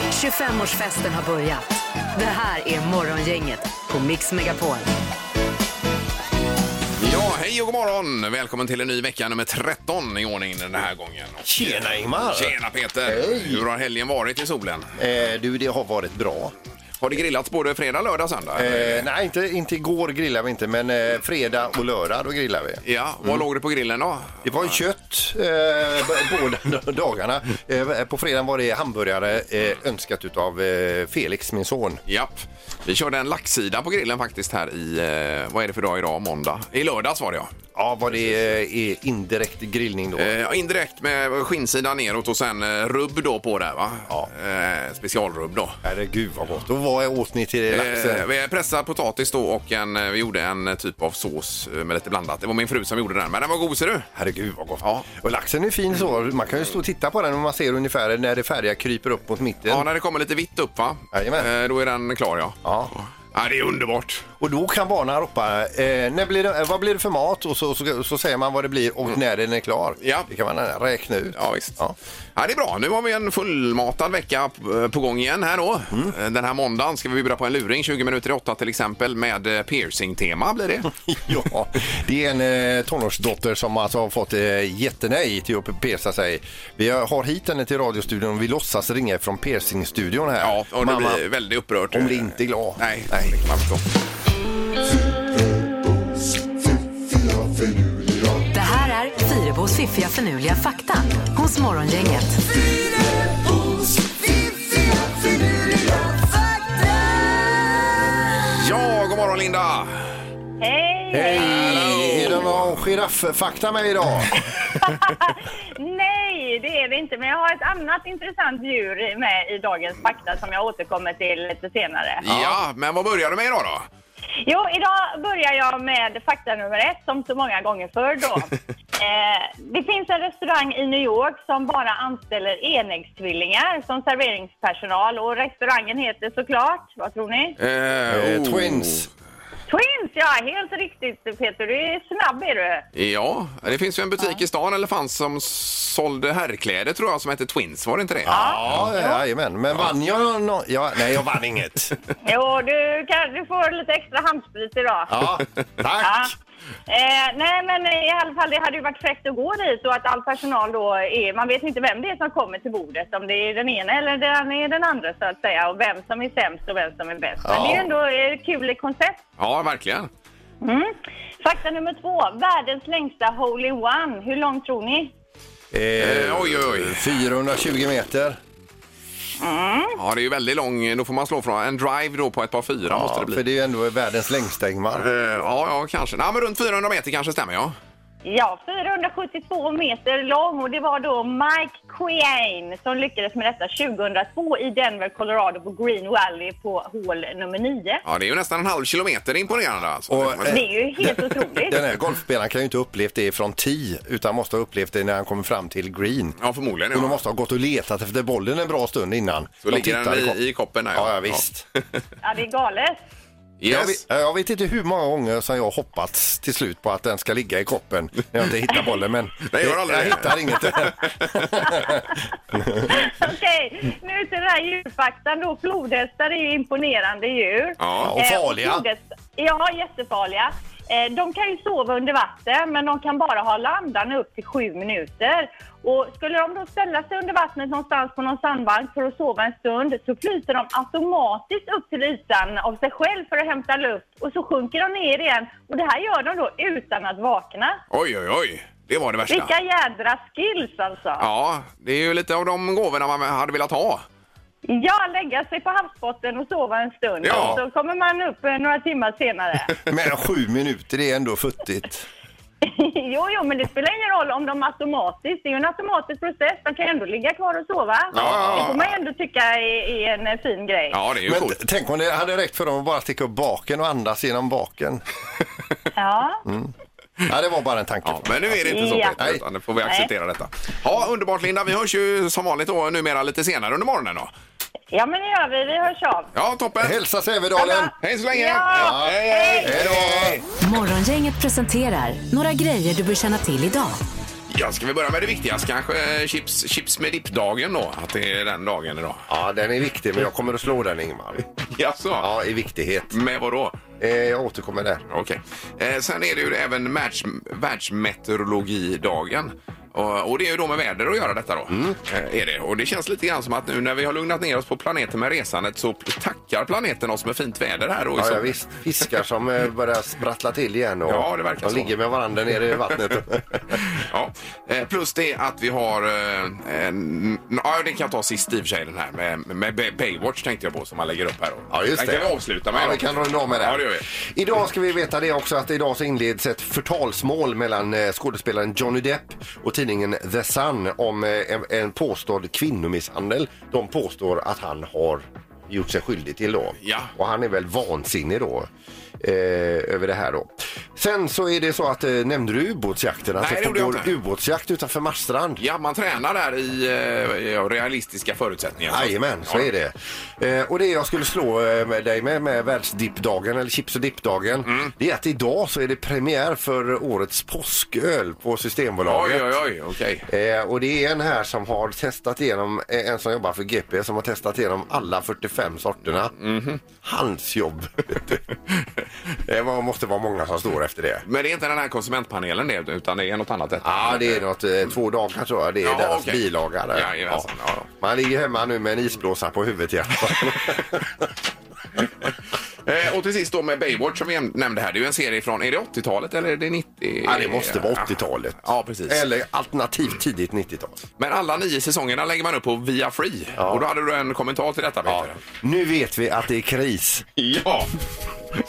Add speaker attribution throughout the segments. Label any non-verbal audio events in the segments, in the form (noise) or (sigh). Speaker 1: 25-årsfesten har börjat. Det här är Morgongänget på Mix Megapol.
Speaker 2: Ja, hej och god morgon! Välkommen till en ny vecka nummer 13 i ordning den här gången. Och,
Speaker 3: Tjena,
Speaker 2: eh,
Speaker 3: Ingmar.
Speaker 2: Tjena Peter! Hur har helgen varit i solen?
Speaker 3: Eh, du, det har varit bra.
Speaker 2: Har det grillats både fredag, lördag, söndag?
Speaker 3: Eh, nej, inte, inte igår grillade vi inte, men eh, fredag och lördag då grillade vi.
Speaker 2: Ja, vad låg det på grillen då?
Speaker 3: Det var ju kött eh, b- båda (laughs) dagarna. Eh, på fredagen var det hamburgare eh, önskat utav eh, Felix, min son.
Speaker 2: Japp. Vi körde en laxsida på grillen faktiskt här i, eh, vad är det för dag idag? Måndag? I lördags var det ja.
Speaker 3: Ja, vad det eh, är indirekt grillning då.
Speaker 2: Eh, ja, indirekt med skinnsidan neråt och sen eh, rubb då på där va?
Speaker 3: Ja.
Speaker 2: Eh, specialrubb då.
Speaker 3: Herregud vad gott. Och vad åt ni till laxen?
Speaker 2: Eh, vi pressade potatis då och en, eh, vi gjorde en eh, typ av sås eh, med lite blandat. Det var min fru som gjorde den, men den var god ser du.
Speaker 3: Herregud vad gott.
Speaker 2: Ja.
Speaker 3: Och laxen är fin så. Man kan ju stå och titta på den och man ser ungefär när det färdiga kryper upp mot mitten.
Speaker 2: Ja, när det kommer lite vitt upp va?
Speaker 3: Jajamän.
Speaker 2: Eh, då är den klar ja.
Speaker 3: Ja.
Speaker 2: Ja, det är underbart.
Speaker 3: Och då kan barnen ropa eh, när blir det, eh, vad blir det för mat och så, så, så säger man vad det blir och när den är klar.
Speaker 2: Ja.
Speaker 3: Det kan man eh, räkna ut.
Speaker 2: Ja, visst. Ja.
Speaker 3: Ja. (laughs)
Speaker 2: det är bra. Nu har vi en fullmatad vecka eh, på gång igen här då.
Speaker 3: Mm.
Speaker 2: Eh, Den här måndagen ska vi bjuda på en luring 20 minuter i åtta till exempel med eh, piercing-tema blir
Speaker 3: (laughs)
Speaker 2: det.
Speaker 3: ja, det är en eh, tonårsdotter som alltså har fått eh, jättenej till att pierca sig. Vi har hit henne till radiostudion och vi låtsas ringa från piercingstudion här.
Speaker 2: Ja, och det
Speaker 3: Mamma,
Speaker 2: blir väldigt upprört.
Speaker 3: hon blir inte glad.
Speaker 2: Nej,
Speaker 3: Nej.
Speaker 2: det kan man förstå.
Speaker 1: Det här är Fyrebos fiffiga förnuliga fakta hos Morgongänget.
Speaker 2: Ja, god morgon Linda!
Speaker 4: Hej!
Speaker 3: Hej! Är det någon girafffakta med idag?
Speaker 4: Nej, det är det inte. Men jag har ett annat intressant djur med i dagens fakta som jag återkommer till lite senare.
Speaker 2: Ja. men vad börjar du med idag då?
Speaker 4: Jo, idag börjar jag med fakta nummer ett, som så många gånger förr då. eh, det finns en restaurang i New York som bara anställer enäggstvillingar som serveringspersonal och restaurangen heter såklart, vad tror ni?
Speaker 3: Eh,
Speaker 2: oh.
Speaker 3: Twins.
Speaker 4: Twins, ja! Helt riktigt Peter, du är snabb är du.
Speaker 2: Ja, det finns ju en butik i stan eller fanns som sålde herrkläder tror jag som hette Twins, var det inte det?
Speaker 3: Ja, jajamän. Men vann jag någon? Ja, nej, jag vann inget.
Speaker 4: Jo, du, kan, du får lite extra handsprit idag.
Speaker 3: Ja,
Speaker 4: Ja.
Speaker 3: tack.
Speaker 4: Eh, nej, men i alla fall det hade ju varit fräckt att gå dit och att all personal då är... Man vet inte vem det är som kommer till bordet, om det är den ena eller den, är den andra så att säga och vem som är sämst och vem som är bäst. Men det är ju ändå ett kul koncept.
Speaker 2: Ja, verkligen.
Speaker 4: Mm. Fakta nummer två, världens längsta hole-in-one. Hur lång tror ni?
Speaker 2: Eh, oj, oj, oj.
Speaker 3: 420 meter.
Speaker 2: Ja, det är ju väldigt lång. Då får man slå från en drive då på ett par fyra måste det
Speaker 3: Ja,
Speaker 2: bli.
Speaker 3: för det är ju ändå världens längsta, Ingmar.
Speaker 2: Eh, ja, ja, kanske. Nej, men runt 400 meter kanske stämmer, ja.
Speaker 4: Ja, 472 meter lång och det var då Mike Quayne som lyckades med detta 2002 i Denver, Colorado på Green Valley på hål nummer 9.
Speaker 2: Ja, det är ju nästan en halv kilometer Det är imponerande alltså.
Speaker 3: Och,
Speaker 2: Det får man
Speaker 3: eh,
Speaker 2: säga.
Speaker 4: Det är ju
Speaker 2: (laughs)
Speaker 4: helt otroligt.
Speaker 3: Den här golfspelaren kan ju inte ha upplevt det från tee utan måste ha upplevt det när han kommer fram till green.
Speaker 2: ja, förmodligen.
Speaker 3: Och de
Speaker 2: Ja.
Speaker 3: måste ha gått och letat efter bollen en bra stund innan.
Speaker 2: Så
Speaker 3: de
Speaker 2: ligger den
Speaker 3: tittar
Speaker 2: i, i koppen där,
Speaker 3: Ja, ja, visst.
Speaker 4: Ja, det är galet. (laughs)
Speaker 2: Ja.
Speaker 3: Jag,
Speaker 2: Yes.
Speaker 3: vet, jag vet inte hur många gånger som jag har hoppats till slut på att den ska ligga i koppen när jag inte hittar bollen.
Speaker 2: (laughs)
Speaker 3: Men
Speaker 2: jag gör aldrig
Speaker 3: jag
Speaker 2: det.
Speaker 3: hittar inget. (laughs)
Speaker 4: Okej, nu till den här djurfaktan då. Flodhästar är ju imponerande djur.
Speaker 2: Ja,
Speaker 3: och
Speaker 4: Eh,
Speaker 3: farliga.
Speaker 4: flodhäst- ja, jättefarliga. Eh, De kan ju sova under vatten, men de kan bara ha landarna upp till sju minuter. Och skulle de då ställa sig under vattnet någonstans på någon sandbank för att sova en stund så flyter de automatiskt upp till ytan av sig själv för att hämta luft och så sjunker de ner igen. Och det här gör de då utan att vakna.
Speaker 2: Oj, oj, oj. Det var det värsta.
Speaker 4: Vilka jädra skills alltså!
Speaker 2: Ja, det är ju lite av de gåvorna man hade velat ha.
Speaker 4: Ja, lägga sig på havsbotten och sova en stund.
Speaker 2: Ja.
Speaker 4: Så kommer man upp eh, några timmar senare.
Speaker 3: Men sju minuter, det är ändå futtigt.
Speaker 4: (laughs) jo, jo, men det spelar ingen roll om de automatiskt. Det är ju en automatisk process. De kan ju ändå ligga kvar och sova.
Speaker 2: ja, ja.
Speaker 4: Det får man ju ändå tycka är, är en eh, fin grej.
Speaker 2: Ja, det är ju
Speaker 3: Men
Speaker 2: coolt.
Speaker 3: t- tänk om det hade räckt för dem att bara sticka upp baken och andas genom baken.
Speaker 2: (laughs)
Speaker 4: Ja.
Speaker 2: Mm.
Speaker 3: Ja, det var bara en tanke.
Speaker 2: Ja, men nu är det inte så
Speaker 4: Ja.
Speaker 2: Peter, utan nu får vi acceptera detta. Ja, underbart Linda. Vi hörs ju som vanligt då numera lite senare under morgonen då.
Speaker 4: ja, men det gör vi. Vi hörs av.
Speaker 2: Ja, toppen.
Speaker 3: Hälsa Sävedalen!
Speaker 2: Hej så länge.
Speaker 4: Ja.
Speaker 2: Hej, hej.
Speaker 3: Hej då!
Speaker 1: Morgongänget presenterar några grejer du bör känna till idag.
Speaker 2: Ja, ska vi börja med det viktigaste kanske? eh, Chips, chips med dippdagen då, att det är den dagen idag.
Speaker 3: Ja, den är viktig, men jag kommer att slå den Ingmar.
Speaker 2: Jaså?
Speaker 3: Ja, i viktighet.
Speaker 2: Med vad då?
Speaker 3: Eh, jag återkommer där.
Speaker 2: Okej. Eh, sen är det ju även världs, världsmeteorologidagen. Och, och det är ju då med väder att göra detta då.
Speaker 3: Mm.
Speaker 2: Eh, är det. Och det känns lite grann som att nu när vi har lugnat ner oss på planeten med resandet så tackar planeten oss med fint väder här. Och
Speaker 3: Ja, ja, visst. Fiskar som eh, börjar sprattla till igen. Och
Speaker 2: Ja, det verkar
Speaker 3: de
Speaker 2: så.
Speaker 3: ligger med varandra nere i vattnet. (laughs)
Speaker 2: ja. Eh, Plus det att vi har... Eh, en, ja, det kan jag ta sist i och för sig den här med, med Bay- Baywatch tänkte jag på som man lägger upp här. då.
Speaker 3: Ja, just
Speaker 2: den
Speaker 3: det.
Speaker 2: kan vi avsluta med.
Speaker 3: Ja,
Speaker 2: då.
Speaker 3: vi kan runda av med det.
Speaker 2: Ja, det gör vi.
Speaker 3: Idag ska vi veta det också att idag så inleds ett förtalsmål mellan eh, skådespelaren Johnny Depp och tidningen The Sun om eh, en, en påstådd kvinnomisshandel. De påstår att han har gjort sig skyldig till då.
Speaker 2: Ja.
Speaker 3: Och han är väl vansinnig då. Eh, över det här då. Sen så är det så att, eh, nämnde du ubåtsjakten? Att
Speaker 2: Nej, det
Speaker 3: det
Speaker 2: gjorde jag
Speaker 3: pågår
Speaker 2: inte.
Speaker 3: ubåtsjakt utanför Marstrand.
Speaker 2: Ja, man tränar där i eh, ja, realistiska förutsättningar.
Speaker 3: Jajamän, så
Speaker 2: Ja.
Speaker 3: är det. Eh, och det jag skulle slå eh, med dig med, med världsdippdagen, eller chips och dippdagen,
Speaker 2: Mm.
Speaker 3: det är att idag så är det premiär för årets påsköl på Systembolaget.
Speaker 2: Oj, oj, oj, okej.
Speaker 3: Eh, och det är en här som har testat igenom, eh, en som jobbar för GP som har testat igenom alla 45 sorterna.
Speaker 2: Mhm.
Speaker 3: Hans jobb. (laughs) det var, måste vara många som står efter det.
Speaker 2: Men det är inte den här konsumentpanelen det, utan det är något annat detta.
Speaker 3: Ja, det är något, eh, två dagar tror jag. Det är
Speaker 2: Ja,
Speaker 3: deras
Speaker 2: okej.
Speaker 3: bilaga där.
Speaker 2: Jajamensan, ja.
Speaker 3: Man ligger hemma nu med en isblåsa på huvudet i alla fall.
Speaker 2: (laughs)
Speaker 3: (laughs)
Speaker 2: Eh, och till sist då med Baywatch som vi näm- nämnde här. Det är ju en serie från, är det 80-talet eller är det 90?
Speaker 3: Ja, det måste vara 80-talet.
Speaker 2: Ja, precis.
Speaker 3: Eller alternativt tidigt 90-tal.
Speaker 2: Men alla nio säsongerna lägger man upp på Via Free. Och då hade du en kommentar till detta Peter.
Speaker 3: Nu vet vi att det är kris.
Speaker 2: Ja, (laughs)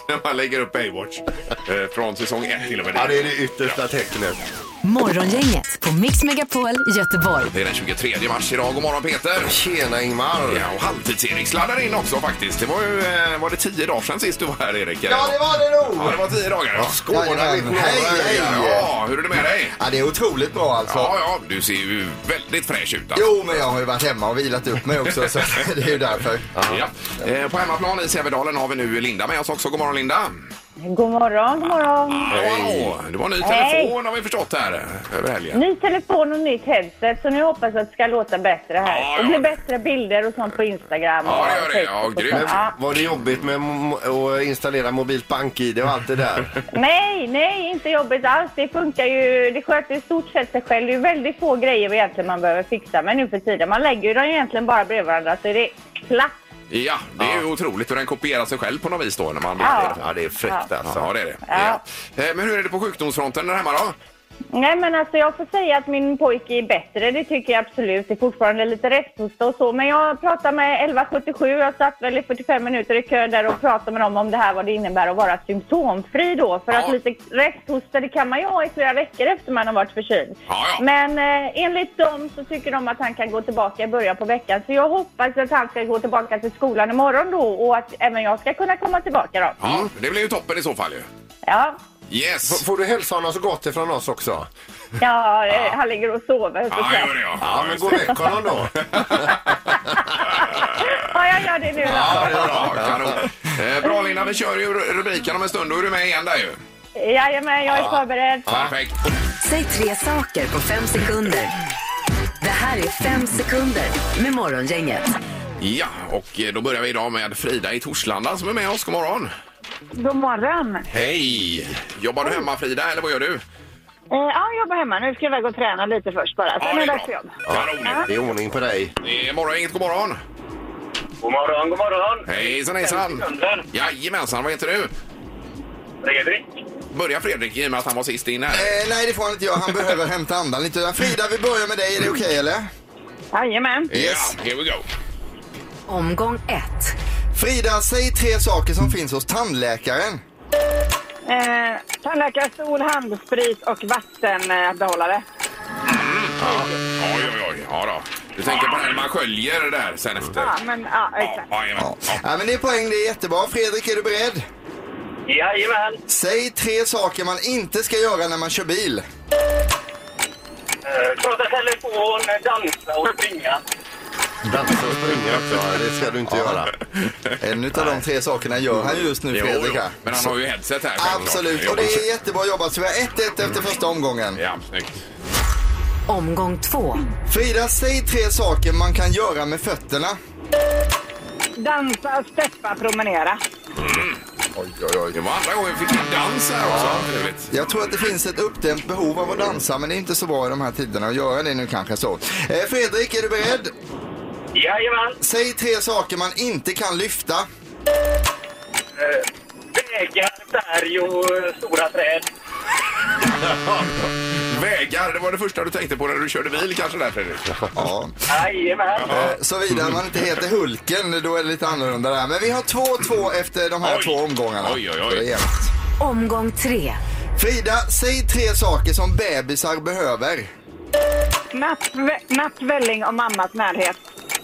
Speaker 2: när man lägger upp Baywatch eh, från säsong 1 till och med.
Speaker 3: Ja, det är det yttersta tecknet.
Speaker 1: Morgongänget på Mix Megapol Göteborg.
Speaker 2: Det är den 23 mars idag. God morgon Peter!
Speaker 3: Tjena Ingmar!
Speaker 2: Ja, och Halvtids-Erik sladdar in också faktiskt. Det var ju, eh, var det tio dagar sedan sist du var här Erik? eller?
Speaker 5: Ja, det var det
Speaker 2: Ja,
Speaker 5: nog!
Speaker 2: det var tio dagar. Ja.
Speaker 3: Skål!
Speaker 5: Jajamän.
Speaker 3: Ingmar.
Speaker 5: Hej, hej.
Speaker 2: Ja, hur är det med dig?
Speaker 5: Ja, det är otroligt bra alltså.
Speaker 2: Ja, ja, du ser ju väldigt fräsch ut. Alltså.
Speaker 5: Jo, men jag har ju varit hemma och vilat upp mig också, så (laughs) det är ju därför.
Speaker 2: Ja. Eh, På hemmaplan i Sävedalen har vi nu Linda med oss också. God morgon Linda!
Speaker 4: God morgon, god morgon.
Speaker 2: Hej! Det var ny telefon har vi förstått här över
Speaker 6: Mm.
Speaker 2: helgen.
Speaker 4: Ny telefon och nytt headset, så nu hoppas jag att det ska låta bättre här.
Speaker 2: Ja,
Speaker 4: det
Speaker 2: ja.
Speaker 4: blir bättre bilder och sånt på Instagram.
Speaker 2: Ja,
Speaker 4: och
Speaker 2: det gör det. Ja,
Speaker 4: Facebook och
Speaker 2: grymt.
Speaker 4: sånt. Ja.
Speaker 3: Var det jobbigt med mo- att installera mobilt bank-id och allt det
Speaker 5: (laughs)
Speaker 3: där?
Speaker 4: Nej, nej, inte jobbigt alls. Det funkar ju, det sköter i stort sett sig själv. Det är ju väldigt få grejer egentligen man behöver fixa med nu för tiden. Man lägger ju dem egentligen bara bredvid varandra så är det klart.
Speaker 2: Ja, det är ju otroligt hur den kopierar sig själv på något vis då när man blir
Speaker 4: Ja.
Speaker 3: Ja, det är fräckt alltså.
Speaker 2: Ja, det är det.
Speaker 4: Ja.
Speaker 2: Ja. Eh, Men hur är det på sjukdomsfronten där hemma då?
Speaker 4: Nej, men alltså jag får säga att min pojke är bättre. Det tycker jag absolut. Det är fortfarande lite resthosta och så. Men jag pratade med 1177. Jag satt väl i 45 minuter i kö där och pratade med dem om det här, vad det innebär att vara symptomfri då. För
Speaker 2: Ja.
Speaker 4: att lite resthosta, det kan man ju ha i flera veckor efter man har varit förkyld.
Speaker 2: Ja, ja.
Speaker 4: Men eh, enligt dem så tycker de att han kan gå tillbaka i början på veckan. Så jag hoppas att han ska gå tillbaka till skolan imorgon då och att även jag ska kunna komma tillbaka då.
Speaker 2: Ja, det blir ju toppen i så fall ju.
Speaker 4: Ja,
Speaker 3: F-
Speaker 2: Yes!
Speaker 3: Får du hälsa honom så gott ifrån oss också?
Speaker 4: ja, eh, han ligger och sover. så
Speaker 2: Ja,
Speaker 4: klart.
Speaker 2: gör det ja.
Speaker 3: Ja, men gå väck honom då.
Speaker 5: (laughs)
Speaker 4: Ja, jag gör det nu då.
Speaker 2: Ja, det är bra. Kanon. Eh, Bra Linda, vi kör ju ru- rubriken om en stund. Då är du med igen där ju.
Speaker 4: Jajamän, jag är förberedd.
Speaker 2: Perfekt.
Speaker 1: Säg tre saker på fem sekunder. Det här är fem sekunder med Morgongänget.
Speaker 2: Ja, och eh, då börjar vi idag med Frida i Torslanda som är med oss. God morgon!
Speaker 6: God morgon. Eh,
Speaker 2: Hej! Jobbar du hemma Frida, eller vad gör du?
Speaker 6: Eh, ja, jag jobbar hemma. Nu ska jag iväg och träna lite först bara. Sen är det dags för jobb.
Speaker 2: Kanon!
Speaker 3: Det är ordning på dig.
Speaker 2: Det är morgon, inget god morgon!
Speaker 7: God morgon, god morgon!
Speaker 2: Hejsan hejsan!
Speaker 7: sekunder.
Speaker 2: Jajamensan, vad heter du?
Speaker 7: Fredrik!
Speaker 2: Börja Fredrik i och med att han var sist in här.
Speaker 5: Eh, nej, det får han inte göra. Han behöver hämta andan lite. Frida, vi börjar med dig. Är det okej, eller?
Speaker 6: Jajamän.
Speaker 5: yes.
Speaker 2: Ja, here we go!
Speaker 1: Omgång ett.
Speaker 5: Frida, säg tre saker som finns hos tandläkaren.
Speaker 6: Eh, tandläkarstol, handsprit och eh, vattenbehållare.
Speaker 2: Oj, oj, oj. Ja, då. Du tänker på när man sköljer det där sen efter?
Speaker 6: Ja, men ja,
Speaker 2: Ja,
Speaker 6: exakt.
Speaker 2: jajamän.
Speaker 5: Ja.
Speaker 2: Ja.
Speaker 5: Nej, men det är poäng. Det är jättebra. Fredrik, är du beredd?
Speaker 7: Jajamän!
Speaker 5: Säg tre saker man inte ska göra när man kör bil.
Speaker 7: Eh, Prata telefon, dansa och springa.
Speaker 3: Dansa och springa också, det ska du inte göra.
Speaker 5: En av de tre sakerna gör han just nu,
Speaker 2: Jo,
Speaker 5: Fredrik.
Speaker 2: jo.
Speaker 5: här.
Speaker 2: Men han har ju headset här. självklart.
Speaker 5: Absolut, och det är jättebra jobbat. Så vi har 1-1 efter första omgången.
Speaker 2: Ja, snyggt.
Speaker 1: Omgång två.
Speaker 5: Frida, säg tre saker man kan göra med fötterna.
Speaker 6: Dansa, steppa, promenera.
Speaker 3: Oj, oj, oj.
Speaker 2: Det var andra gången vi fick en dans här också. Trevligt.
Speaker 5: Jag tror att det finns ett uppdämt behov av att dansa men det är inte så bra i de här tiderna att göra det nu kanske så. Eh, Fredrik, är du beredd?
Speaker 7: Jajamän.
Speaker 5: Säg tre saker man inte kan lyfta.
Speaker 7: Eh, Vägar, berg och eh, stora träd.
Speaker 2: Vägar, det var det första du tänkte på när du körde bil kanske där Fredrik?
Speaker 5: Ja.
Speaker 7: Jajamän.
Speaker 5: Eh, Såvida man inte heter Hulken, då är det lite annorlunda där. Men vi har 2-2 efter de här
Speaker 2: Oj.
Speaker 5: två omgångarna.
Speaker 2: Oj, oj, oj.
Speaker 5: Så det är jämnt.
Speaker 1: Omgång tre.
Speaker 5: Frida, säg tre saker som bebisar behöver.
Speaker 6: Natt, vä- natt, välling och mammas närhet.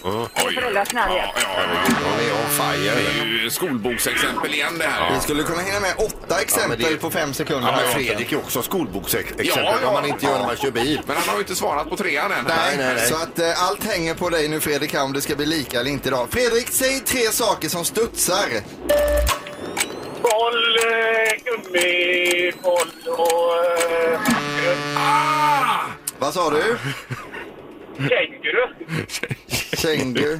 Speaker 2: Oj, oj, oj.
Speaker 6: föräldrars närhet.
Speaker 2: Ja, ja, ja.
Speaker 3: Han är on
Speaker 2: Det
Speaker 3: fire.
Speaker 2: är ju skolboksexempel igen det här.
Speaker 5: Vi skulle kunna hinna med åtta exempel
Speaker 3: det-
Speaker 5: på fem sekunder.
Speaker 3: Ja,
Speaker 5: här,
Speaker 3: men
Speaker 5: Jonte.
Speaker 3: Fredrik är också skolboksexempel,
Speaker 2: Ja, ja.
Speaker 3: vad man inte gör när man kör bil.
Speaker 2: Men han har ju inte svarat på trean än.
Speaker 5: Nej,
Speaker 3: nej, nej.
Speaker 5: Så att eh, allt hänger på dig nu Fredrik här, om det ska bli lika eller inte idag. Fredrik, säg tre saker som studsar.
Speaker 7: Boll, eh, gummiboll och... eh,
Speaker 2: Ah!
Speaker 5: Vad sa du?
Speaker 7: Känguru.
Speaker 5: Känguru?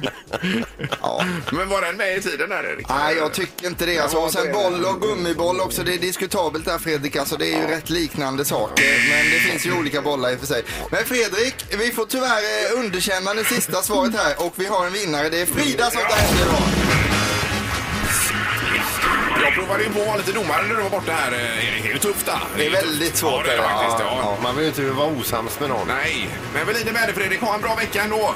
Speaker 5: Ja.
Speaker 2: Men var den med i tiden här Erik?
Speaker 5: Nej, jag tycker inte det. Alltså, och sen boll och gummiboll också. Det är diskutabelt där Fredrik. Alltså, det är ju rätt liknande saker. Men det finns ju olika bollar i och för sig. Men Fredrik, vi får tyvärr eh, underkänna det sista svaret här. Och vi har en vinnare. Det är Frida som tar hem det idag.
Speaker 2: Jag provade ju på lite domare när du var borta här eh, Erik. Det är ju tufft där.
Speaker 5: Det är väldigt svårt.
Speaker 2: Ja, det är det faktiskt. Ja.
Speaker 5: Ja,
Speaker 3: Man vill ju inte vara osams med någon.
Speaker 2: Nej, men vi lider med dig Fredrik. Ha en bra vecka ändå.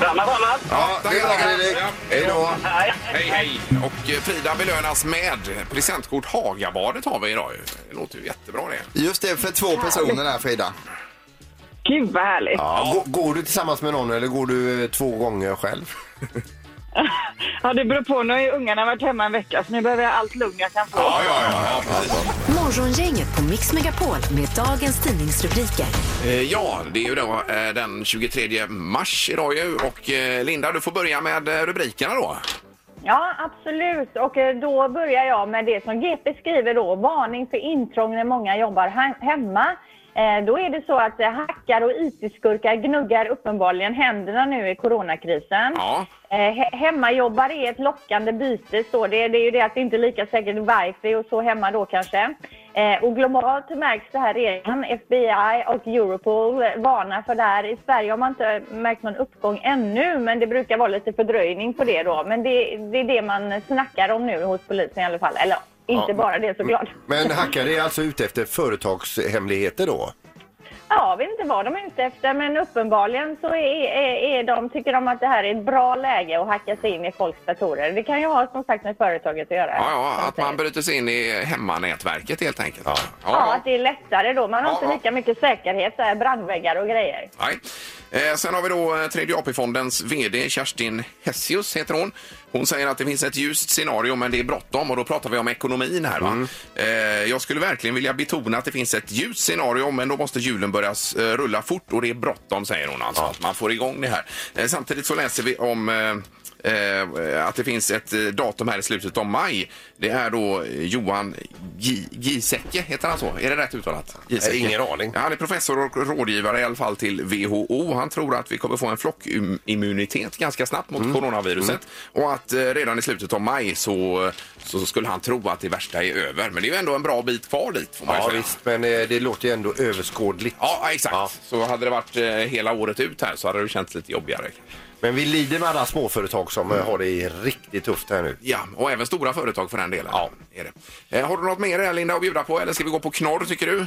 Speaker 7: Samma, samma.
Speaker 2: Ja,
Speaker 5: det är bra, Fredrik.
Speaker 2: Ja,
Speaker 5: Hej då.
Speaker 7: Nej,
Speaker 2: Hej, hej. Och eh, Frida belönas med presentkort Hagabadet har vi idag ju. Det låter ju jättebra det.
Speaker 5: Just det, för två personer där Frida.
Speaker 6: Gud vad härligt. Ja.
Speaker 3: Ja, gå- Går du tillsammans med någon eller går du eh, två gånger själv?
Speaker 6: det beror på. Nu har ju ungarna varit hemma en vecka så nu behöver jag allt lugn jag kan få.
Speaker 2: Ja, ja, ja. ja, precis.
Speaker 1: Morgongänget på Mix Megapol med dagens tidningsrubriker.
Speaker 2: Eh, ja det är ju då eh, den 23 mars idag ju. Och eh, Linda, du får börja med eh, rubrikerna då.
Speaker 4: Ja, absolut. Och eh, då börjar jag med det som GP skriver då. Varning för intrång när många jobbar he- hemma. Eh, Då är det så att eh, hackar och IT-skurkar gnuggar uppenbarligen händerna nu i coronakrisen.
Speaker 2: Ja.
Speaker 4: Eh, he- Hemmajobbare är ett lockande byte, står det. Det är ju det att det inte är lika säkert wifi och så hemma då kanske. Eh, och globalt märks det här redan. FBI och Europol varnar för det här. I Sverige har man inte märkt någon uppgång ännu, men det brukar vara lite fördröjning på det då. Men det, det är det man snackar om nu hos polisen i alla fall. Eller inte
Speaker 3: Ja,
Speaker 4: bara det såklart.
Speaker 3: Men hackare är alltså ute efter företagshemligheter då?
Speaker 4: Ja, jag vet inte vad de är ute efter, men uppenbarligen så är, är, är de, tycker de att det här är ett bra läge att hacka sig in i folks datorer. Det kan ju ha som sagt med företaget att göra.
Speaker 2: Ja, ja,
Speaker 4: som
Speaker 2: att man
Speaker 4: säger.
Speaker 2: bryter sig in i hemmanätverket helt enkelt.
Speaker 3: Ja.
Speaker 4: Ja, att det är lättare då. Man har
Speaker 2: Ja, ja.
Speaker 4: inte lika mycket säkerhet, där, brandväggar och grejer.
Speaker 2: Nej. Eh, sen har vi då eh, Tredje AP-fondens VD Kerstin Hessius heter hon. Hon säger att det finns ett ljust scenario men det är bråttom och då pratar vi om ekonomin här va. Eh, jag skulle verkligen vilja betona att det finns ett ljust scenario men då måste hjulen börja eh, rulla fort och det är bråttom säger hon alltså. Att man får igång det här. Eh, samtidigt så läser vi om eh, eh, att det finns ett eh, datum här i slutet av maj. Det är då eh, Johan Gi- Giesecke, heter han så? Är det rätt uttalat? Giesecke.
Speaker 3: ingen aning.
Speaker 2: Ja, Han är professor och rådgivare i alla fall till WHO. Han tror att vi kommer få en flockimmunitet ganska snabbt
Speaker 3: Mm.
Speaker 2: mot coronaviruset och att eh, redan i slutet av maj så, så skulle han tro att det värsta är över. Men det är ju ändå en bra bit kvar dit får man ju
Speaker 3: Ja
Speaker 2: säga.
Speaker 3: visst, men eh, det låter ju ändå överskådligt.
Speaker 2: Ja, exakt.
Speaker 3: Ja.
Speaker 2: Så hade det varit eh, hela året ut här så hade det känts lite jobbigare.
Speaker 3: Men vi lider med alla småföretag som eh, har det riktigt tufft här nu.
Speaker 2: Ja, och även stora företag för den delen. Ja. Är det. Eh, har du något mer Linda att bjuda på eller ska vi gå på knorr tycker du?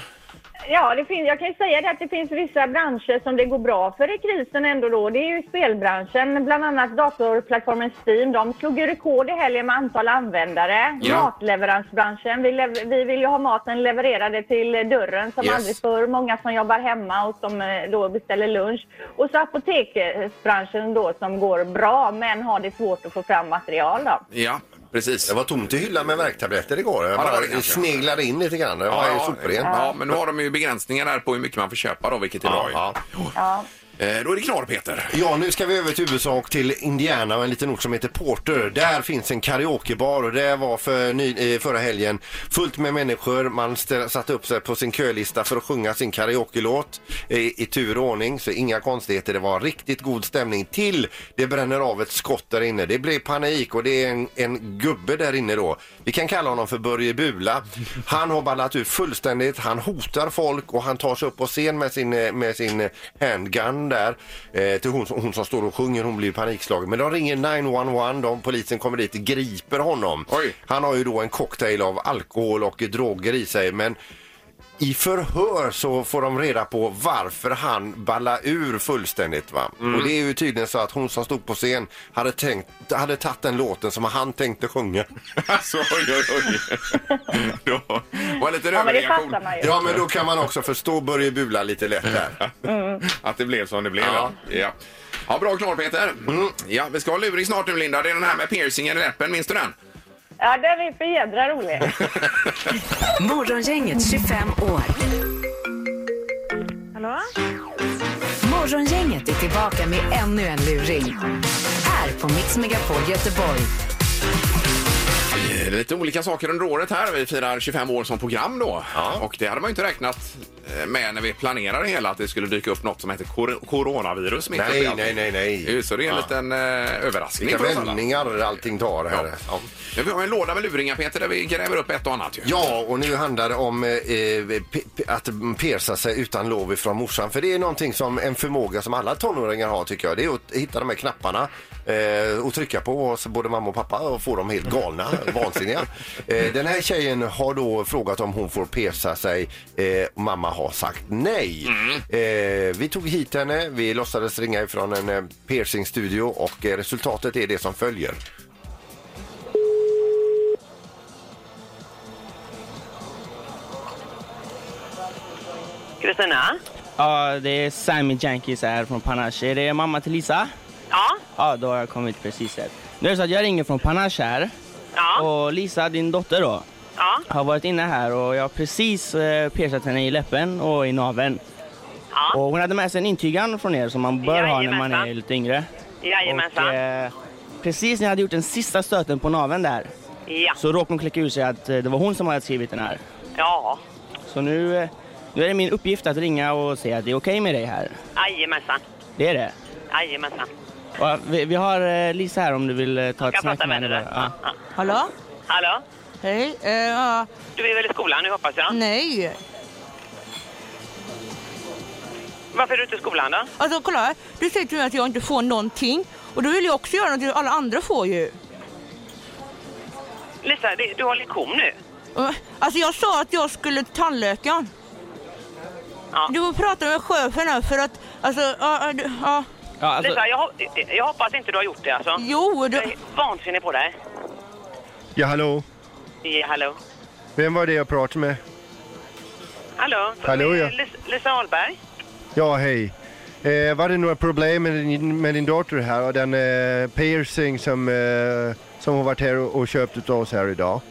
Speaker 4: Ja, det finns, jag kan ju säga det att det finns vissa branscher som det går bra för i krisen ändå då. Det är ju spelbranschen, bland annat datorplattformen Steam. De slog ju rekord i helgen med antal användare.
Speaker 2: Ja.
Speaker 4: Matleveransbranschen, vi, lev, vi vill ju ha maten levererad till eh, dörren som
Speaker 2: Yes.
Speaker 4: aldrig förr. Många som jobbar hemma och som eh, då beställer lunch. Och så apoteksbranschen då som går bra men har det svårt att få fram material då.
Speaker 2: Ja, precis.
Speaker 3: Det var tomt i hyllan med värktabletter igår. Jag
Speaker 2: Ja, det var
Speaker 3: bara
Speaker 2: det kanske.
Speaker 3: sneglade in lite grann. Det var ju
Speaker 2: ja,
Speaker 3: superrent.
Speaker 2: ja, men nu har de ju begränsningar här på hur mycket man får köpa då, vilket är bra ju.
Speaker 3: Ja, ja.
Speaker 4: Ja.
Speaker 2: Eh, Då är det knorr, Peter.
Speaker 3: Ja, nu ska vi över till USA och till Indiana och en liten ort som heter Porter. Där finns en karaokebar och det var för ny, eh, förra helgen fullt med människor. Man stä- satte upp sig på sin kölista för att sjunga sin karaoke-låt eh, i tur och ordning, så inga konstigheter. Det var riktigt god stämning till det bränner av ett skott där inne. Det blev panik och det är en, en gubbe där inne då. Vi kan kalla honom för Börje Bula. Han har ballat ut fullständigt. Han hotar folk och han tar sig upp på scen med sin, eh, med sin eh, handgun där. Eh, till hon, som- hon som står och sjunger, hon blir panikslagen. Men de ringer 911, de, polisen kommer dit och griper honom.
Speaker 2: Oj.
Speaker 3: Han har ju då en cocktail av alkohol och droger i sig. Men i förhör så får de reda på varför han ballar ur fullständigt. Va? Och det är ju tydligen så att hon som stod på scen hade, tänkt, hade tagit den låten som han tänkte sjunga.
Speaker 2: (laughs) Alltså, oj, oj, oj.
Speaker 3: (laughs)
Speaker 2: Då var det lite
Speaker 4: Ja, men det
Speaker 2: överreaktion.
Speaker 4: fattar man ju.
Speaker 3: Ja, men då kan man också förstå Börje Bula lite lätt här.
Speaker 4: Mm.
Speaker 2: (laughs) Att det blev som det blev. Ja.
Speaker 3: Ja. Mm.
Speaker 2: Ja. bra klar Peter. Ja, vi ska ha lurig snart nu Linda. Det är den här med piercingen i läppen, minns du
Speaker 3: (laughs)
Speaker 2: den?
Speaker 4: Ja, den är för jädra rolig.
Speaker 1: Morgongänget 25 år.
Speaker 4: Hallå?
Speaker 1: Morgongänget är tillbaka med ännu en luring. Här på Mix Megapol Göteborg.
Speaker 2: Eh, Lite olika saker under året här. Vi firar 25 år som program då. Och det hade man ju inte räknat eh, med när vi planerade det hela att det skulle dyka upp något som heter kor- coronavirus. mitt uppe i
Speaker 3: Nej,
Speaker 2: allt.
Speaker 3: nej, nej, nej.
Speaker 2: Eh, Så det är en
Speaker 3: Ja.
Speaker 2: liten eh, överraskning
Speaker 3: Vilka
Speaker 2: för oss alla.
Speaker 3: vändningar allting tar här. Ja.
Speaker 2: Ja, vi har ju en låda med luringar Peter där vi gräver upp ett och annat ju.
Speaker 3: Ja, och nu handlar det om eh, eh, p- p- att persa sig utan lov ifrån morsan. För det är någonting som en förmåga som alla tonåringar har tycker jag. Det är att hitta de här knapparna eh, och trycka på och så både mamma och pappa och få dem helt galna, vansinniga. Eh, den här tjejen har då frågat om hon får persa sig. Eh, och mamma har sagt nej. Eh, vi tog hit henne, vi låtsades ringa ifrån en eh, piercingstudio och eh, resultatet är det som följer.
Speaker 8: Kristina?
Speaker 9: Ja, det är Sammy Jenkins här från Panache. Är det mamma till Lisa?
Speaker 8: Ja?
Speaker 9: Ja, då har jag kommit precis här. Nu är det så att jag ringer från Panache här.
Speaker 8: Ja?
Speaker 9: Och Lisa, din dotter då,
Speaker 8: Ja?
Speaker 9: har varit inne här och jag har precis eh, piercat henne i läppen och i naveln.
Speaker 8: Ja?
Speaker 9: Och hon hade med sig en intygan från er som man bör ha när man
Speaker 8: Jajamensan.
Speaker 9: är lite yngre. Och,
Speaker 8: Jajamensan.
Speaker 9: eh, precis när jag hade gjort den sista stöten på naveln där
Speaker 8: Ja.
Speaker 9: så råkade hon klicka ur sig att eh, det var hon som hade skrivit den här.
Speaker 8: Ja.
Speaker 9: Så nu, eh, nu är det min uppgift att ringa och säga att det är okej med dig här.
Speaker 8: Jajamensan.
Speaker 9: Det är det.
Speaker 8: Jajamensan.
Speaker 9: Ja, vi, vi har eh, Lisa här om du vill eh, ta
Speaker 8: Jag
Speaker 9: ett
Speaker 8: ska
Speaker 9: snack
Speaker 8: prata
Speaker 9: med
Speaker 8: med dig.
Speaker 9: henne. bara.
Speaker 8: där. Ja.
Speaker 10: Hallå?
Speaker 8: Hallå?
Speaker 10: Hej. Eh, ja.
Speaker 8: Du är väl i skolan nu hoppas jag?
Speaker 10: nej.
Speaker 8: Varför är du inte i skolan då?
Speaker 10: Alltså kolla, här. du säger till mig att jag inte får någonting. Och då vill jag också göra någonting, alla andra får ju.
Speaker 8: Lisa, det- du har lektion nu.
Speaker 10: Eh, Alltså jag sa att jag skulle till tandläkaren.
Speaker 8: Ja.
Speaker 10: Du får prata med chefen här för att, alltså, ja, ja, du- ja.
Speaker 9: Ja. Ja, alltså,
Speaker 8: Lisa, jag, hop- jag hoppas inte du har gjort det alltså.
Speaker 10: jo,
Speaker 8: Jag
Speaker 10: du,
Speaker 8: är vansinnig på dig.
Speaker 11: Ja, hallå.
Speaker 8: Ja, hallå?
Speaker 11: Vem var det jag pratade med?
Speaker 8: Hallå? Eh,
Speaker 11: Hallå, ja.
Speaker 8: Lis- Lisa Ahlberg?
Speaker 11: Ja, hej. Eh, var det några problem med din, med din dotter här och den eh, piercing som, eh, som hon varit här och, och köpt utav oss här idag?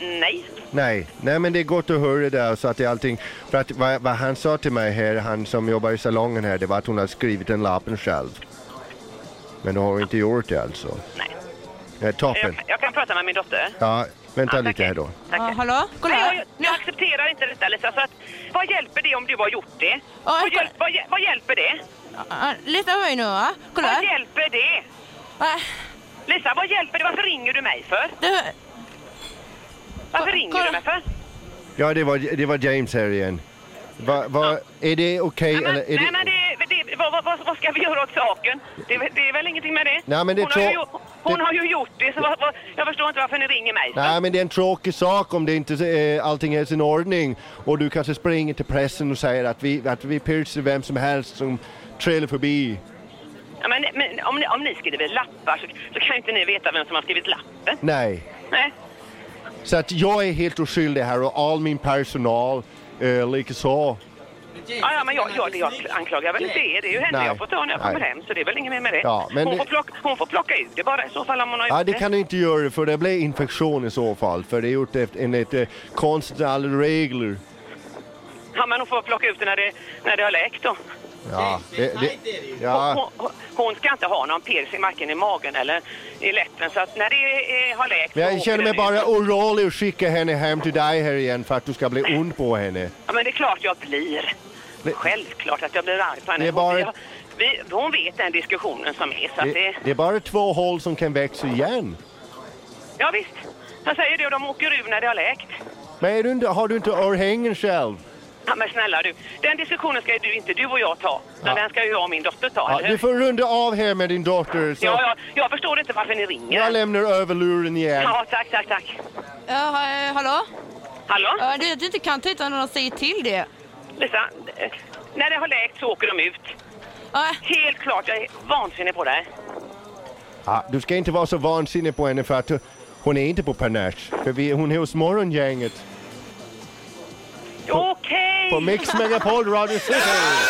Speaker 8: Nej.
Speaker 11: Nej, nej men det är gott att höra där så att det är allting. För att vad, vad han sa till mig här, han som jobbar i salongen här, det var att hon hade skrivit en lappen själv. Men då har hon inte gjort det alltså.
Speaker 8: Nej.
Speaker 11: Eh, toppen.
Speaker 8: Jag, jag kan prata med min dotter.
Speaker 11: Ja, vänta
Speaker 8: Ja,
Speaker 11: lite
Speaker 8: tackar.
Speaker 11: här då.
Speaker 10: ja,
Speaker 8: Tackar.
Speaker 10: hallå? Kolla
Speaker 8: Nej, jag, jag,
Speaker 10: här.
Speaker 8: jag accepterar inte detta Lisa. Så att, vad hjälper det om du har gjort det?
Speaker 10: Ja,
Speaker 8: Vad,
Speaker 10: jag-
Speaker 8: hjäl- vad, hjäl- vad hjälper det?
Speaker 10: Ja, Lyssna på mig nu va. Kolla
Speaker 8: Vad
Speaker 10: här.
Speaker 8: hjälper det?
Speaker 10: Ja,
Speaker 8: Lisa, vad hjälper det? Varför ringer du mig för?
Speaker 10: det-
Speaker 8: Varför
Speaker 10: Ko-
Speaker 8: ringer
Speaker 10: kolla.
Speaker 8: du mig för?
Speaker 11: Ja, det var, det var James här igen. Va, va, är det okej
Speaker 8: Nej, men,
Speaker 11: eller? Är
Speaker 8: nej, men det, det, vad, vad- vad, vad ska vi göra åt saken? Det, är väl- det är väl ingenting med det?
Speaker 11: Nej, men det är
Speaker 8: hon har ju,
Speaker 11: trå-
Speaker 8: gjort- hon
Speaker 11: det-
Speaker 8: har ju gjort det, så vad, vad, jag förstår inte varför ni ringer mig. för.
Speaker 11: Nej, men det är en tråkig sak om det inte eh, allting är i sin ordning och du kanske springer till pressen och säger att vi, att vi piercer vem som helst som trillar förbi.
Speaker 8: Ja, men, men, om, ni, om ni skriver lappar så, så kan ju inte ni veta vem som har skrivit lappen.
Speaker 11: Nej.
Speaker 8: Nej.
Speaker 11: Så att jag är helt oskyldig här och all min personal eh, likaså.
Speaker 8: Ja, ja, men jag, jag, jag anklagar väl inte er. Det är ju henne
Speaker 11: Nej.
Speaker 8: jag får ta när jag kommer
Speaker 11: Nej.
Speaker 8: hem, så det är väl inget mer med det.
Speaker 11: Ja, men
Speaker 8: hon,
Speaker 11: det-
Speaker 8: får plocka, hon får plocka ut det bara i så fall om hon har
Speaker 11: Ja,
Speaker 8: gjort
Speaker 11: det kan du inte göra för det blir infektion i så fall för det är gjort efter- enligt eh, konstens alla regler.
Speaker 8: Ja, men hon får plocka ut det när det, när det har läkt då.
Speaker 11: Ja, det, det, ja.
Speaker 8: Hon, hon, hon ska inte ha någon piercing varken i magen eller i läppen. Så att när det är, har läkt...
Speaker 11: Men
Speaker 8: så
Speaker 11: jag
Speaker 8: åker
Speaker 11: känner mig
Speaker 8: den
Speaker 11: bara
Speaker 8: ut.
Speaker 11: orolig att skicka henne hem till dig här igen för att du ska bli ond på henne.
Speaker 8: Ja, men det är klart jag blir. Självklart att jag blir arg på henne.
Speaker 11: Det är bara-
Speaker 8: Hon- jag- vi, hon vet den diskussionen som är. Så att
Speaker 11: Det,
Speaker 8: det,
Speaker 11: det är bara två hål som kan växa igen.
Speaker 8: ja, visst. Jag säger det och de åker ur när det har läkt.
Speaker 11: Men är du inte, har du inte örhängen själv?
Speaker 8: Ja, men snälla du, den diskussionen ska ju du, inte du och jag ta. Utan den ska ju jag och min dotter ta,
Speaker 11: Ja,
Speaker 8: eller hur?
Speaker 11: du får runda av här med din dotter. Så
Speaker 8: Ja, ja, jag förstår inte varför ni ringer.
Speaker 11: Jag lämnar över luren igen.
Speaker 8: Ja, tack, tack, tack.
Speaker 10: Ja, ha- eh, hallå?
Speaker 8: Hallå?
Speaker 10: Ja, det är att du inte kan ta hit när de säger till det.
Speaker 8: Lisa, eh, när det har läkt så åker de ut. Helt klart, jag är vansinnig på det.
Speaker 11: Ja, du ska inte vara så vansinnig på henne för att hon är inte på Panache. För vi, hon är hos morgongänget.
Speaker 8: Okej!
Speaker 11: På Mix Megapol Radio City.
Speaker 8: Lisa-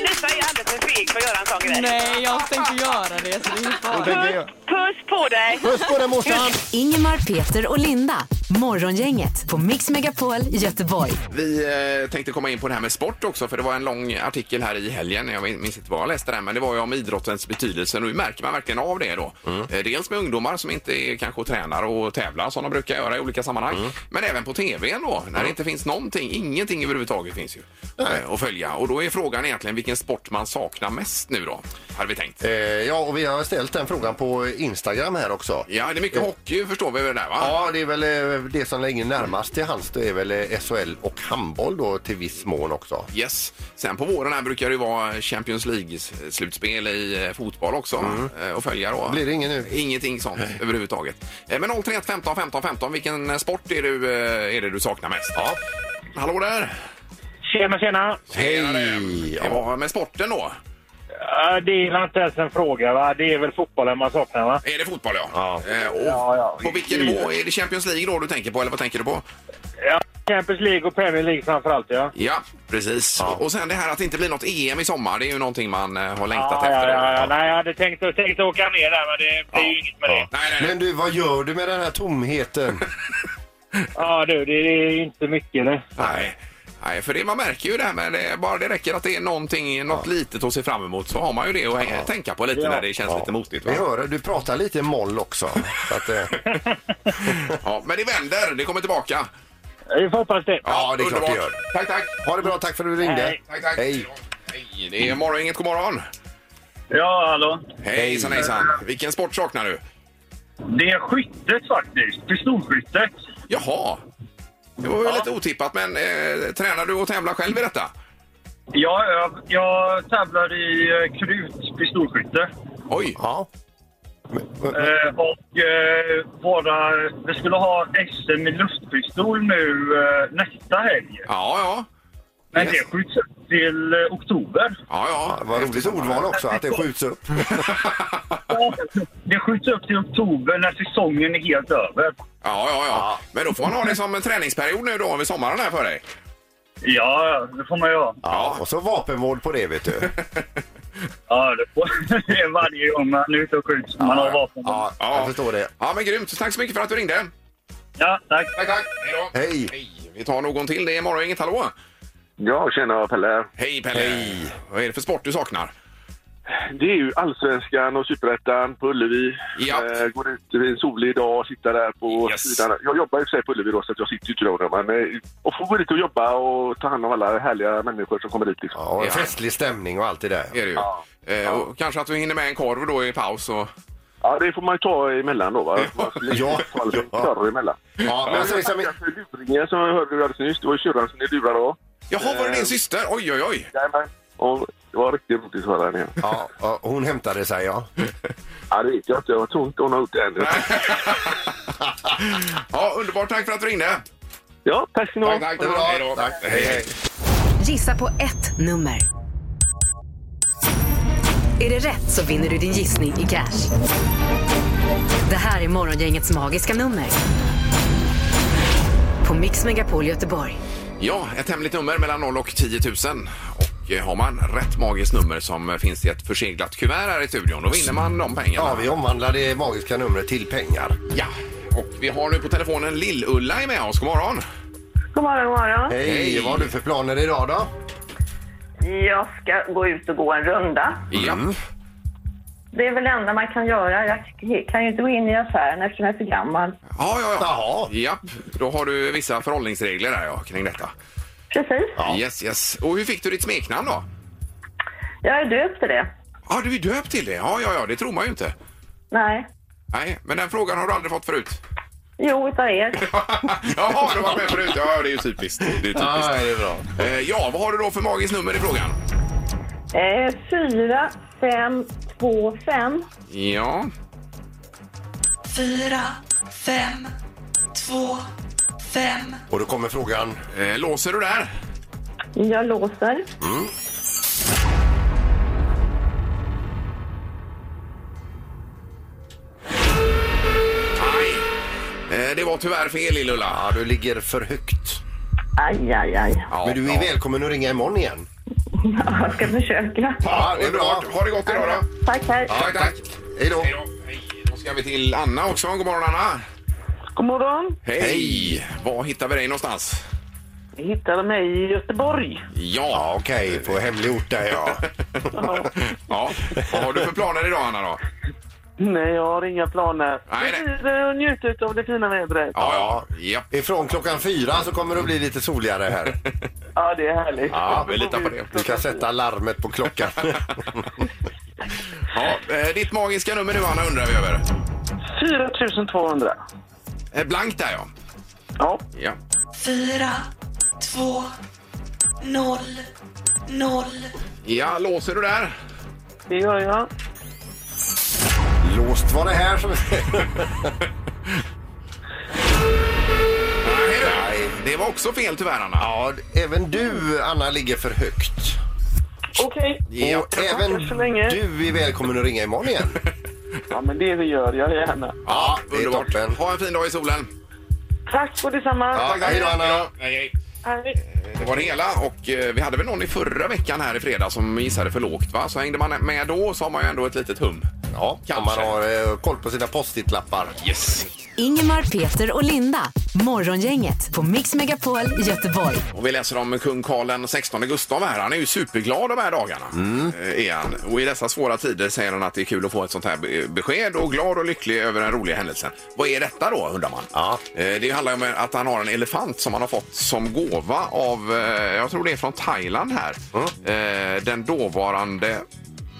Speaker 8: Lisa är alldeles för feg för att göra en sån grej.
Speaker 10: Nej, jag tänkte göra det. Så det är ingen fara.
Speaker 8: Puss, puss på dig!
Speaker 1: Ingemar, Peter och Linda. Morgongänget på Mix Megapol Göteborg.
Speaker 2: Vi eh, tänkte komma in på det här med sport också för det var en lång artikel här i helgen, jag minns inte vad jag läste där, men det var ju om idrottens betydelse och nu märker man verkligen av det då.
Speaker 3: Mm.
Speaker 2: Eh, Dels med ungdomar som inte är, kanske tränar och tävlar som de brukar göra i olika sammanhang,
Speaker 3: Mm.
Speaker 2: men även på tvn då när det inte finns någonting, ingenting överhuvudtaget finns ju eh, att följa och då är frågan egentligen vilken sport man saknar mest nu då, hade vi tänkt.
Speaker 3: Eh, ja, och vi har ställt den frågan på Instagram här också.
Speaker 2: Ja, det är mycket hockey förstår vi väl där va?
Speaker 3: Eh. Ja, det är väl eh, det som ligger närmast till hands. Det är väl eh, SHL och handboll då till viss mån också.
Speaker 2: Yes. Sen på våren här brukar det ju vara Champions League-slutspel i eh, fotboll också eh, och följa då.
Speaker 3: Blir det ingen nu?
Speaker 2: Ingenting sånt överhuvudtaget. Eh, Men 031 15 15 15, vilken eh, sport är, du, eh, är det du saknar mest? Ja. Hallå där!
Speaker 7: Tjena, tjena.
Speaker 2: Hej! Det var med sporten då.
Speaker 7: Ja, Det är väl inte ens en fråga, va? Det är väl fotbollen man saknar, va?
Speaker 2: Är det fotboll ja? Eh, Och
Speaker 7: Ja, ja.
Speaker 2: På vilken nivå? Är det Champions League då du tänker på eller vad tänker du på?
Speaker 7: Ja, Champions League och Premier League framförallt, ja.
Speaker 2: Ja, precis. Och sen det här att det inte blir något EM i sommar, det är ju någonting man eh, har längtat
Speaker 7: Ja,
Speaker 2: efter.
Speaker 7: ja, ja, ja. Nej, jag hade tänkt, tänkt åka ner där, men det blir ju inget med det.
Speaker 3: Men du, vad gör du med den
Speaker 2: (laughs)
Speaker 3: här tomheten?
Speaker 7: Ja, du, det är inte mycket det.
Speaker 2: Nej. Nej, för det, man märker ju det här med det, bara det räcker att det är någonting, något litet att se fram emot så har man ju det att hänga, tänka på lite
Speaker 3: Ja.
Speaker 2: när det känns lite motigt. Va?
Speaker 3: Vi hör det, du pratar lite moll också. Så att, eh,
Speaker 2: Ja, men det vänder, det kommer tillbaka.
Speaker 7: Vi får hoppas det.
Speaker 3: ja, det är klart det gör.
Speaker 2: Tack, tack.
Speaker 3: Ha det bra, tack för att du ringde.
Speaker 2: Hej. Tack, tack.
Speaker 3: Hej.
Speaker 2: Hej, det är morgon, inget god morgon.
Speaker 7: Ja, hallå.
Speaker 2: Hejsan, hejsan. Vilken sport saknar du?
Speaker 7: Det är skyttet faktiskt. Pistolskyttet.
Speaker 2: Jaha. Det var ju lite otippat, men eh, tränar du och tävlar själv i detta?
Speaker 7: Ja, jag, jag tävlar i eh, krut, pistolskytte.
Speaker 2: Oj!
Speaker 3: Ja.
Speaker 7: Eh, och eh, våra, vi skulle ha SM i luftpistol nu eh, nästa helg.
Speaker 2: Ja, ja.
Speaker 7: Men det skjuts upp till eh, oktober.
Speaker 2: Ja, ja.
Speaker 3: Vad roligt ordval också, att det skjuts upp.
Speaker 7: Ja, Det skjuts upp till oktober när säsongen är helt över.
Speaker 2: Ja, ja, ja. Men då får man ha det som en träningsperiod nu då över sommaren här för dig.
Speaker 7: Ja, det får man ju ha.
Speaker 3: Ja, och så vapenvård på det, vet du.
Speaker 7: Ja, det får (laughs) det är varje gång man är ute och skjuts. Man har vapen.
Speaker 3: Ja, jag förstår det.
Speaker 2: Ja, men grymt. Tack så mycket för att du ringde.
Speaker 7: Ja, tack.
Speaker 2: Tack, tack. Hej då.
Speaker 3: Hej.
Speaker 2: Vi tar någon till. Det är morgon, inget hallå.
Speaker 12: Ja, tjena Pelle här.
Speaker 2: Hej Pelle. Hej. Vad är det för sport du saknar?
Speaker 12: Det är ju Allsvenskan och Superettan på Ullevi.
Speaker 2: Ja.
Speaker 12: Eh, går ut det är en solig dag och sitter där på sidan. Jag jobbar i och för sig på Ullevi då, så att jag sitter ju inte där. Men eh, och får gå dit och jobba och ta hand om alla härliga människor som kommer dit. Liksom.
Speaker 3: Ja, och en festlig stämning och allt det där.
Speaker 2: Är det ju. Eh, och kanske att du hinner med en korv då i paus. Och...
Speaker 12: Ja, det får man ju ta emellan då. Va? Man skulle
Speaker 3: Ja,
Speaker 12: ta en
Speaker 3: ja.
Speaker 12: större emellan.
Speaker 3: Ja, men alltså, liksom, jag säger som...
Speaker 12: Tackar för luringen som jag hörde alldeles nyss. Det var ju syrran som ni lurade då.
Speaker 2: Jaha, var det
Speaker 12: Eh.
Speaker 2: din syster? Oj, oj, oj.
Speaker 12: Jajamän. Och det var riktigt roligt att höra henne.
Speaker 3: Ja, ja, hon hämtade sig, ja.
Speaker 12: Ja, det vet jag inte. Jag tror inte hon har gjort det ännu.
Speaker 2: Ja, underbart. Tack för att du ringde.
Speaker 12: Ja, tack ska ni ha.
Speaker 2: Tack, tack.
Speaker 3: Det är bra.
Speaker 2: Hej då.
Speaker 3: Tack.
Speaker 2: Hej, hej.
Speaker 1: Gissa på ett nummer. Är det rätt så vinner du din gissning i cash. Det här är Morgongängets magiska nummer. På Mix Megapol Göteborg.
Speaker 2: Ja, ett hemligt nummer mellan 0 och 10 000. Och eh, har man rätt magiskt nummer som eh, finns i ett förseglat kuvert här i studion, då vinner man de pengarna.
Speaker 3: Ja, vi omvandlar det magiska numret till pengar.
Speaker 2: Ja, och vi har nu på telefonen Lill-Ulla är med oss. God morgon!
Speaker 13: God morgon, god morgon.
Speaker 3: Hej, vad har du för planer idag då?
Speaker 13: Jag ska gå ut och gå en runda.
Speaker 3: Mm.
Speaker 2: Ja.
Speaker 13: Det är väl det enda man kan göra. Jag kan ju inte gå in i affären eftersom jag är för gammal.
Speaker 2: Ja, ja, ja. Japp, då har du vissa förhållningsregler där ja, kring detta.
Speaker 13: Precis.
Speaker 2: Yes, yes. Och hur fick du ditt smeknamn då?
Speaker 13: Jag är döpt till det.
Speaker 2: Ja, ah, du är döpt till det? Ja, ja, ja, det tror man ju inte.
Speaker 13: Nej.
Speaker 2: Nej, men den frågan har du aldrig fått (laughs) förut?
Speaker 13: Jo, utav er.
Speaker 2: Jaha, du var med förut. Ja, det är ju typiskt. Det är typiskt.
Speaker 13: Ja,
Speaker 2: det är bra. Eh, ja, vad har du då för magiskt nummer i frågan?
Speaker 13: Eh, fyra, fem, två, fem.
Speaker 2: Ja,
Speaker 13: Fyra, fem, två, fem.
Speaker 2: Och då kommer frågan. Eh, låser du där?
Speaker 13: Jag låser.
Speaker 2: Eh, det var tyvärr fel, Lill-Ulla.
Speaker 3: Ja, du ligger för högt.
Speaker 13: Aj, aj, aj.
Speaker 3: Men du är välkommen att ringa imorgon igen.
Speaker 13: Jag ska försöka.
Speaker 2: Ja, det är bra. Ha det gott idag då.
Speaker 13: Tack, tack.
Speaker 2: Tack, tack. Hej då. Hej. Då ska vi till Anna också. God morgon, Anna.
Speaker 14: God morgon.
Speaker 2: Hej. Var hittar vi dig någonstans?
Speaker 14: Ni hittade mig i Göteborg.
Speaker 2: Ja, okej. På hemlig ort där, ja. ja. Vad har du för planer idag, Anna? Då?
Speaker 14: Nej, jag har inga planer. Mm. Nej, nej. Och njutit av det fina vädret.
Speaker 2: Ja, ja.
Speaker 3: (laughs) Ifrån klockan fyra så kommer det att bli lite soligare här.
Speaker 14: Ja, det är härligt.
Speaker 2: Ja, vi litar på det.
Speaker 3: Du kan sätta larmet på (laughs) klockan.
Speaker 2: Ja, eh, ditt magiska nummer nu, Anna, undrar vi över.
Speaker 14: 4200.
Speaker 2: Eh, Blankt där, ja.
Speaker 14: Ja.
Speaker 2: ja.
Speaker 13: Fyra, två, noll, noll.
Speaker 2: Ja, låser du där?
Speaker 14: Det gör jag.
Speaker 3: Låst var det här som...
Speaker 2: Nej, det var också fel tyvärr, Anna.
Speaker 3: Ja, även du, Anna, ligger för högt.
Speaker 14: Okej.
Speaker 3: Och även du är välkommen att ringa imorgon igen.
Speaker 14: Ja, men det vi gör jag gärna.
Speaker 2: Ja, underbart. Ha en fin dag i solen.
Speaker 14: Tack och detsamma.
Speaker 2: Hej, hej. Det var det hela och eh, vi hade väl någon i förra veckan här i fredag som gissade för lågt va? Så hängde man med då så har man ju ändå ett litet hum.
Speaker 3: Ja, om man har eh, koll på sina post-it-lappar.
Speaker 2: Yes.
Speaker 1: Ingemar, Peter och Linda. Morgongänget på Mix Megapol Göteborg.
Speaker 2: Och vi läser om kung Karl den 16 Gustav här. Han är ju superglad de här dagarna. eh, Är han. Och i dessa svåra tider säger han att det är kul att få ett sånt här be- besked och glad och lycklig över den roliga händelsen. Vad är detta då undrar man? Ja. Det handlar ju om att han har en elefant som han har fått som gåva av, eh, jag tror det är från Thailand här. Eh, Den dåvarande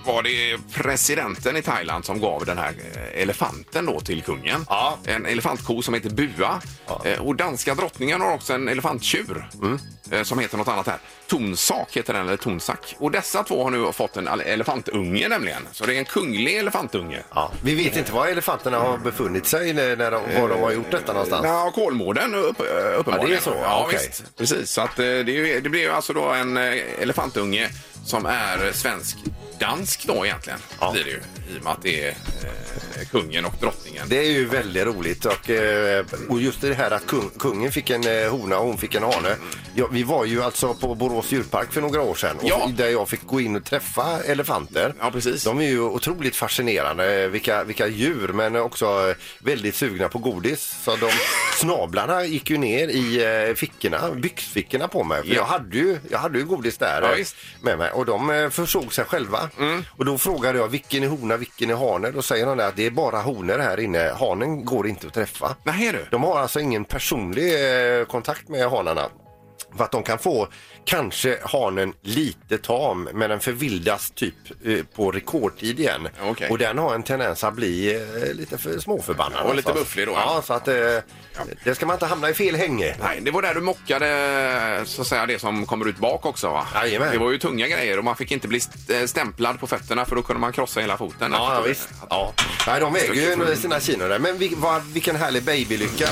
Speaker 2: var det presidenten i Thailand som gav den här eh, elefanten då till kungen. En elefantko som heter Bua. Eh, Och danska drottningen har också en elefanttjur
Speaker 3: Mm.
Speaker 2: eh, som heter något annat här. Tonsak heter den, eller Tonsak. Och dessa två har nu fått en ale- elefantunge nämligen. Så det är en kunglig elefantunge.
Speaker 3: Vi vet inte var elefanterna har befunnit sig, när när de, var de har gjort detta någonstans.
Speaker 2: Ja, Kolmården upp, eh, uppenbarligen.
Speaker 3: Ja, det är så.
Speaker 2: Ja,
Speaker 3: Okej.
Speaker 2: visst. Precis. Så att, eh, det, är ju, det blir ju alltså då en eh, elefantunge som är svensk-dansk då egentligen. Blir det ju, I och med att det är eh, kungen och drottningen.
Speaker 3: Det är ju väldigt roligt. Och, eh, och just det här att kung, kungen fick en eh, hona och hon fick en hane. Ja, vi var ju alltså på Borås djurpark för några år sedan och
Speaker 2: Ja.
Speaker 3: där jag fick gå in och träffa elefanter.
Speaker 2: Ja, precis.
Speaker 3: De är ju otroligt fascinerande, eh, vilka, vilka djur, men också eh, väldigt sugna på godis.
Speaker 2: (laughs)
Speaker 3: Så de snablarna gick ju ner i eh, fickorna, byxfickorna på mig. För
Speaker 2: Ja.
Speaker 3: jag, hade ju, jag hade ju godis där
Speaker 2: Ja,
Speaker 3: eh,
Speaker 2: visst. Mm.
Speaker 3: med mig och de eh, försåg sig själva. Och då frågade jag vilken är hona, vilken är hane? Då säger de där att det är bara honor här inne. Hanen går inte att träffa.
Speaker 2: Nej, du.
Speaker 3: De har alltså ingen personlig eh, kontakt med hanarna. För att de kan få kanske hanen lite tam men den förvildas typ eh, på rekordtid igen.
Speaker 2: Okej.
Speaker 3: Och den har en tendens att bli eh, lite för småförbannad.
Speaker 2: Och lite
Speaker 3: alltså.
Speaker 2: bufflig då, ja.
Speaker 3: Ja, så att eh, det ska man inte hamna i fel hänge.
Speaker 2: Nej, det var där du mockade så att säga, det som kommer ut bak också va?
Speaker 3: Jajamän.
Speaker 2: Det var ju tunga grejer och man fick inte bli st- eh, stämplad på fötterna för då kunde man krossa hela foten.
Speaker 3: Ja, visst. Ja. Nej, de äger ju sina kinor där. Men vil, vad- vilken härlig babylycka.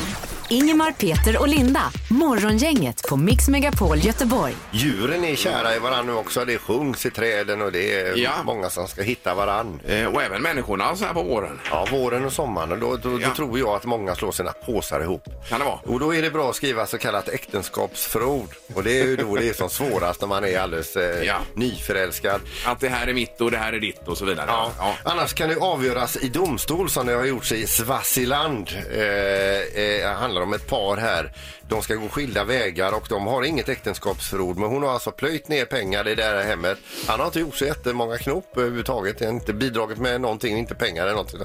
Speaker 1: Ingemar, Peter och Linda. Morgongänget på Mix Megapol Göteborg.
Speaker 3: Djuren är kära i varandra nu också. Det sjungs i träden och det är
Speaker 2: Ja.
Speaker 3: många som ska hitta varann.
Speaker 2: Eh, och även människorna så här på våren.
Speaker 3: Ja, våren och sommaren. Och Då, då, då tror jag att många slår sina påsar ihop.
Speaker 2: Kan det vara?
Speaker 3: Och då är det bra att skriva så kallat äktenskapsförord. Och det är ju då det är som svårast när man är alldeles eh, nyförälskad.
Speaker 2: Att det här är mitt och det här är ditt och så vidare.
Speaker 3: Ja. Annars kan det avgöras i domstol som det har gjorts i Swaziland. Eh, eh, handlar handlar om ett par här. De ska gå skilda vägar och de har inget äktenskapsförord men hon har alltså plöjt ner pengar i det här hemmet. Han har inte gjort så jättemånga knop överhuvudtaget, inte bidragit med någonting, inte pengar eller någonting.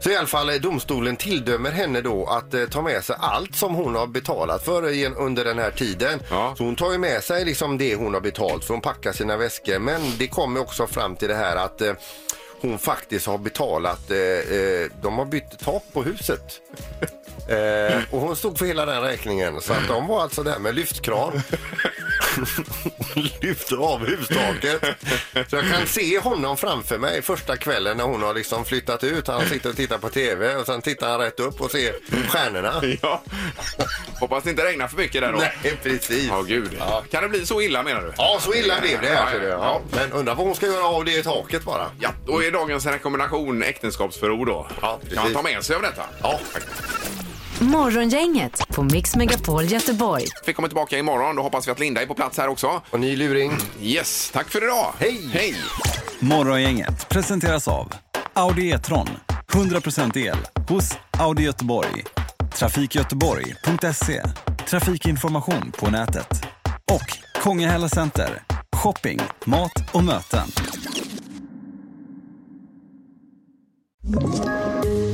Speaker 3: Så i alla fall eh, domstolen tilldömer henne då att eh, ta med sig allt som hon har betalat för igen- under den här tiden. Så hon tar ju med sig liksom det hon har betalt för hon packar sina väskor men det kommer också fram till det här att eh, hon faktiskt har betalat, eh, eh, de har bytt tak
Speaker 2: (laughs)
Speaker 3: på huset. Eh, och hon stod för hela den räkningen. Så att de var alltså där
Speaker 2: (laughs)
Speaker 3: med lyftkran. Lyfter av hustaket. Så jag kan se honom framför mig första kvällen när hon har liksom flyttat ut. Han sitter och tittar på TV och sen tittar han rätt upp och ser stjärnorna.
Speaker 2: Ja. Hoppas det inte regnar för mycket där då.
Speaker 3: (laughs) Nej, precis.
Speaker 2: Ja, gud. Kan det bli så illa menar du?
Speaker 3: Ja, så illa blev det.
Speaker 2: Ja,
Speaker 3: Här,
Speaker 2: ja, ja.
Speaker 3: ja. Men undrar vad hon ska göra av det i taket bara.
Speaker 2: Ja, då är dagens rekommendation äktenskapsförord då. Ja, kan man ta med sig av detta?
Speaker 3: Ja.
Speaker 1: Morgongänget på Mix Megapol Göteborg.
Speaker 2: Vi kommer tillbaka imorgon. Då hoppas vi att Linda är på plats här också.
Speaker 3: Och ny luring.
Speaker 2: Yes, tack för idag. Hej! Hej!
Speaker 15: Morgongänget presenteras av Audi E-tron. 100% el hos Audi Göteborg. Trafikgöteborg.se. Trafikinformation på nätet. Och Kongahälla Center. Shopping, mat och möten.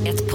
Speaker 16: Ett